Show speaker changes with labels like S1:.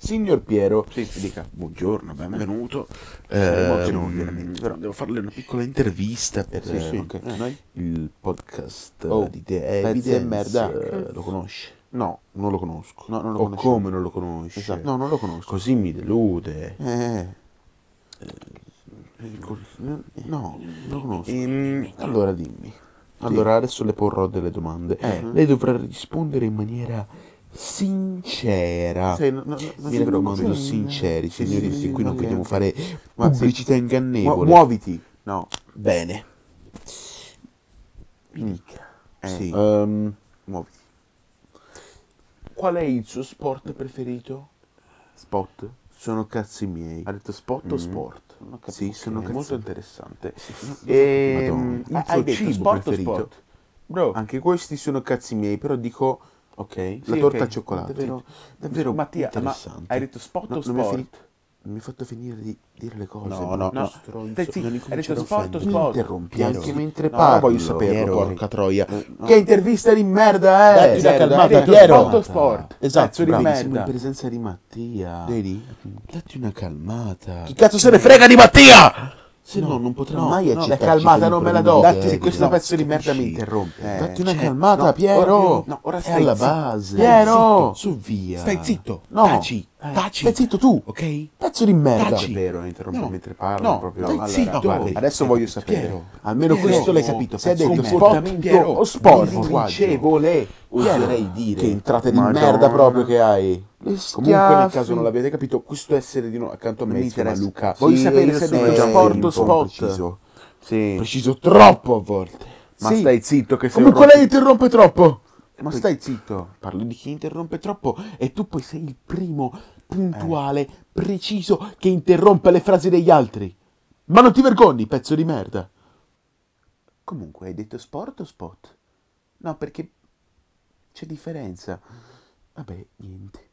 S1: Signor Piero,
S2: Sì, si dica buongiorno, benvenuto. Eh,
S1: buongiorno, veramente,
S2: però devo farle una piccola intervista per
S1: Sì, sì.
S2: ok.
S1: Eh, noi?
S2: il podcast
S1: Oh,
S2: di The
S1: pezzi di
S2: Evidence.
S1: merda.
S2: eh, Lo conosci?
S1: no, non lo conosco. No, non lo
S2: o
S1: conosco.
S2: come non lo conosci?
S1: Esatto. No, non lo conosco.
S2: Così mi delude.
S1: Eh, eh. Eh, col- eh, No, non lo conosco.
S2: Ehm, allora dimmi. Allora adesso le porrò delle domande.
S1: Eh.
S2: Lei dovrà rispondere in maniera sincera.
S1: Sei- no, no, no,
S2: Mi
S1: sì,
S2: raccomando,
S1: però-
S2: sinceri,
S1: Sì,
S2: signori,
S1: sì, sì,
S2: che qui non
S1: va bene.
S2: vogliamo fare
S1: Ma sì.
S2: pubblicità
S1: Muo-
S2: ingannevole.
S1: muoviti. No.
S2: Bene. Mi
S1: Eh,
S2: Sì.
S1: ehm, muoviti. Qual è il suo sport preferito?
S2: Spot. Sono cazzi miei.
S1: Ha detto spot o sport?
S2: Non ho capito.
S1: Sì, sono
S2: Ok.
S1: molto interessante. Ehm,
S2: Madonna.
S1: E
S2: Ah, hai detto sport o sport?
S1: Bro,
S2: Anche questi sono cazzi miei, però dico
S1: ok.
S2: la torta al cioccolato.
S1: Davvero,
S2: davvero
S1: Mattia, ma
S2: interessante.
S1: hai detto spot
S2: No,
S1: o
S2: non mi hai
S1: sport?
S2: finito- non mi hai fatto finire di dire le cose.
S1: No,
S2: brutto
S1: no, no.
S2: stronzo.
S1: Dai, sì,
S2: Non
S1: hai
S2: incominciare
S1: detto
S2: a
S1: sport o
S2: offendermi.
S1: sport?
S2: Mi interrompi
S1: Piero.
S2: anche mentre
S1: No,
S2: parlo.
S1: ma voglio saperlo,
S2: porca
S1: porca
S2: troia.
S1: no.
S2: Che intervista di merda, eh!
S1: Dai, ti sei
S2: Piero,
S1: calmato,
S2: dai,
S1: Piero.
S2: calmata.
S1: Sport o sport?
S2: Esatto,
S1: Cazzo di
S2: bravo.
S1: merda.
S2: Siamo in presenza di Mattia.
S1: Vedi?
S2: Datti una calmata.
S1: Chi cazzo se ne frega di Mattia?
S2: Se no, non potrà
S1: no,
S2: mai
S1: no,
S2: accettarci.
S1: dai, calmata,
S2: per
S1: non
S2: il
S1: me la
S2: problema
S1: do.
S2: di
S1: Datti, se
S2: Eddie,
S1: questo
S2: no,
S1: pezzo di merda mi
S2: capisci?
S1: interrompe. Eh,
S2: Datti una
S1: cioè,
S2: calmata,
S1: no,
S2: Piero.
S1: ora- no, ora stai
S2: È alla
S1: zitto.
S2: base.
S1: Piero!
S2: Su via.
S3: Stai zitto.
S2: No.
S3: Taci.
S2: Eh,
S3: Taci.
S2: Stai zitto tu.
S3: Ok?
S2: Pezzo di merda.
S3: Taci.
S1: Davvero, interrompe
S3: No,
S1: mentre parlo.
S3: no,
S1: proprio.
S3: dai,
S1: Allora,
S3: zitto.
S1: guardi, adesso voglio sapere.
S3: Piero.
S2: Almeno
S3: Piero.
S2: questo l'hai capito. Se hai detto
S1: Comportamento
S2: sport
S3: Piero.
S2: o sport,
S1: Irrinuncievole, oserei dire.
S2: Che entrate di
S1: Madonna.
S2: merda proprio che hai.
S1: Comunque, nel caso non l'abbiate capito, questo essere di nuovo accanto a
S2: Non
S1: me
S2: mi
S1: si chiama
S2: interessa.
S1: Luca.
S2: Sì,
S1: Voglio sapere
S2: io
S1: se è
S2: sono
S1: detto
S2: già
S1: sport o
S2: un po'
S1: spot.
S2: preciso.
S1: Sì.
S2: Preciso troppo a volte.
S1: Ma
S2: Sì.
S1: stai zitto che sei un
S2: Comunque
S1: rotto-
S2: lei interrompe troppo.
S1: Ma stai zitto.
S2: Parlo di chi interrompe troppo e tu poi sei il primo puntuale, preciso che interrompe le frasi degli altri. Ma non ti vergogni, pezzo di merda.
S1: Comunque, hai detto sport o spot? No, perché c'è differenza.
S2: Vabbè, niente.